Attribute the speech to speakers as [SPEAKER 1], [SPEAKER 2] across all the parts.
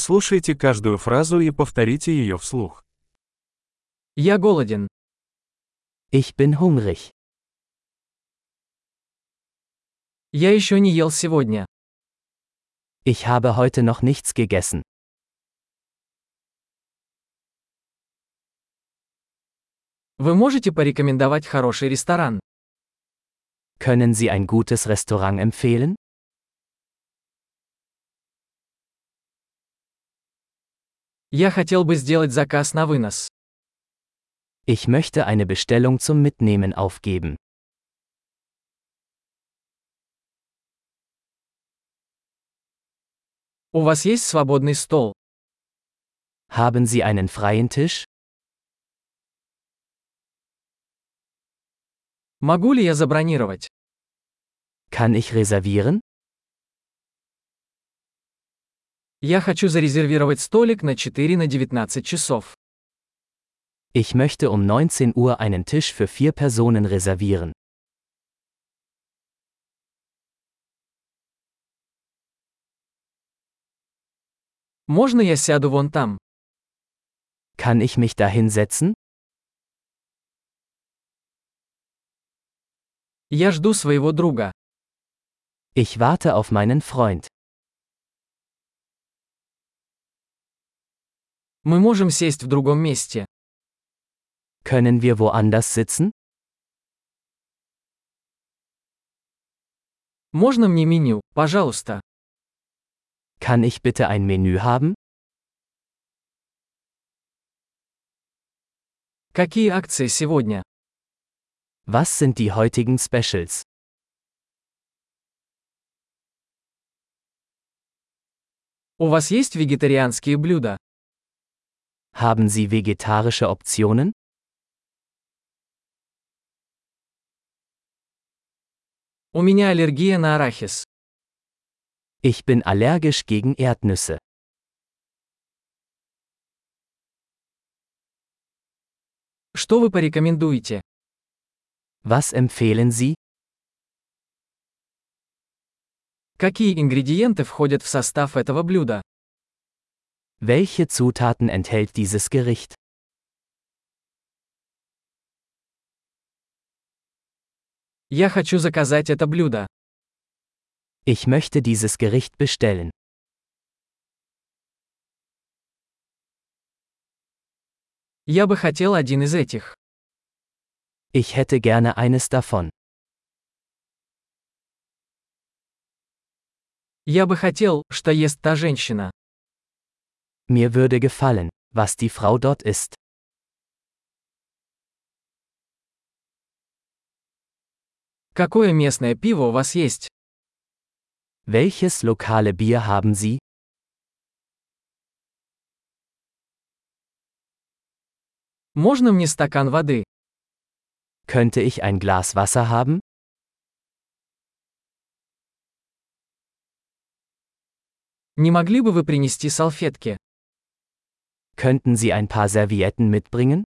[SPEAKER 1] Прослушайте каждую фразу и повторите ее вслух.
[SPEAKER 2] Я голоден.
[SPEAKER 3] Ich bin hungrig.
[SPEAKER 2] Я еще не ел сегодня.
[SPEAKER 3] Ich habe heute noch nichts gegessen.
[SPEAKER 2] Вы можете порекомендовать хороший ресторан?
[SPEAKER 3] Können Sie ein gutes Restaurant empfehlen?
[SPEAKER 2] Я хотел бы сделать заказ на вынос.
[SPEAKER 3] Ich möchte eine Bestellung zum Mitnehmen aufgeben.
[SPEAKER 2] У вас есть свободный стол?
[SPEAKER 3] Haben Sie einen freien Tisch?
[SPEAKER 2] Могу ли я забронировать?
[SPEAKER 3] Kann ich reservieren?
[SPEAKER 2] Я хочу зарезервировать столик на 4 на 19 часов.
[SPEAKER 3] Ich möchte um 19 Uhr einen Tisch für vier Personen reservieren.
[SPEAKER 2] Можно я сяду вон там?
[SPEAKER 3] Kann ich mich dahin setzen?
[SPEAKER 2] Я жду своего друга.
[SPEAKER 3] Ich warte auf meinen Freund.
[SPEAKER 2] Мы можем сесть в другом месте.
[SPEAKER 3] Können wir woanders sitzen?
[SPEAKER 2] Можно мне меню, пожалуйста?
[SPEAKER 3] Kann ich bitte ein Menü haben?
[SPEAKER 2] Какие акции сегодня?
[SPEAKER 3] Was sind die heutigen Specials?
[SPEAKER 2] У вас есть вегетарианские блюда?
[SPEAKER 3] Haben Sie vegetarische Optionen?
[SPEAKER 2] У меня аллергия на арахис.
[SPEAKER 3] Ich bin allergisch gegen Erdnüsse.
[SPEAKER 2] Что вы порекомендуете?
[SPEAKER 3] Was empfehlen Sie?
[SPEAKER 2] Какие ингредиенты входят в состав этого блюда?
[SPEAKER 3] Welche Zutaten enthält dieses Gericht?
[SPEAKER 2] Я хочу заказать это блюдо.
[SPEAKER 3] Ich möchte dieses Gericht bestellen.
[SPEAKER 2] Я бы хотел один из этих.
[SPEAKER 3] Ich hätte gerne eines davon.
[SPEAKER 2] Я бы хотел, что ест та женщина.
[SPEAKER 3] Mir würde gefallen, was die Frau dort isst.
[SPEAKER 2] Какое местное пиво у вас есть?
[SPEAKER 3] Welches lokale Bier haben Sie?
[SPEAKER 2] Можно мне стакан воды?
[SPEAKER 3] Könnte ich ein Glas Wasser haben?
[SPEAKER 2] Не могли бы вы принести салфетки?
[SPEAKER 3] Könnten Sie ein paar Servietten mitbringen?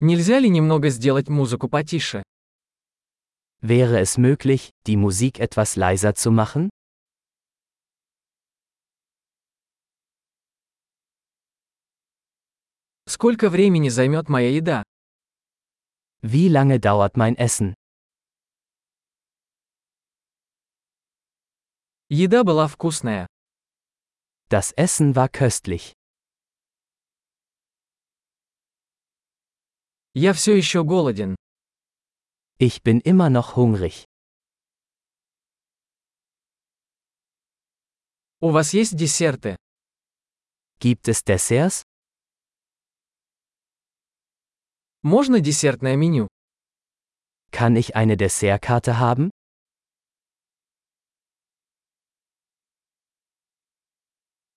[SPEAKER 2] Нельзя ли немного сделать музыку потише?
[SPEAKER 3] Wäre es möglich, die Musik etwas leiser zu machen?
[SPEAKER 2] Сколько времени займет моя еда?
[SPEAKER 3] Wie lange dauert mein Essen?
[SPEAKER 2] Еда была вкусная.
[SPEAKER 3] Das Essen war köstlich.
[SPEAKER 2] Я все еще голоден.
[SPEAKER 3] Ich bin immer noch hungrig.
[SPEAKER 2] У вас есть десерты?
[SPEAKER 3] Gibt es Desserts?
[SPEAKER 2] Можно десертное меню?
[SPEAKER 3] Kann ich eine Dessertkarte haben?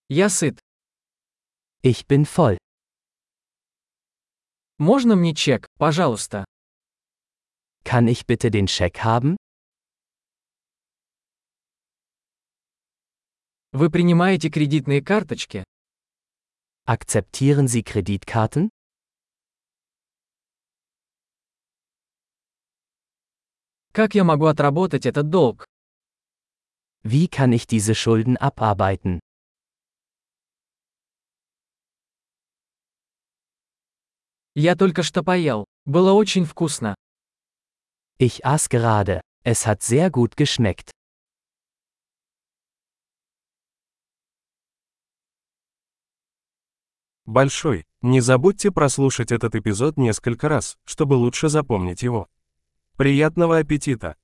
[SPEAKER 2] Я сыт.
[SPEAKER 3] Ich bin voll.
[SPEAKER 2] Можно мне чек, пожалуйста?
[SPEAKER 3] Kann ich bitte den Scheck haben?
[SPEAKER 2] Вы принимаете кредитные карточки?
[SPEAKER 3] Akzeptieren Sie Kreditkarten?
[SPEAKER 2] Как я могу отработать этот долг?
[SPEAKER 3] Wie kann ich diese Schulden abarbeiten?
[SPEAKER 2] Я только что поел. Было очень вкусно.
[SPEAKER 3] Ich aß gerade. Es hat sehr gut geschmeckt.
[SPEAKER 1] Большой, не забудьте прослушать этот эпизод несколько раз, чтобы лучше запомнить его. Приятного аппетита!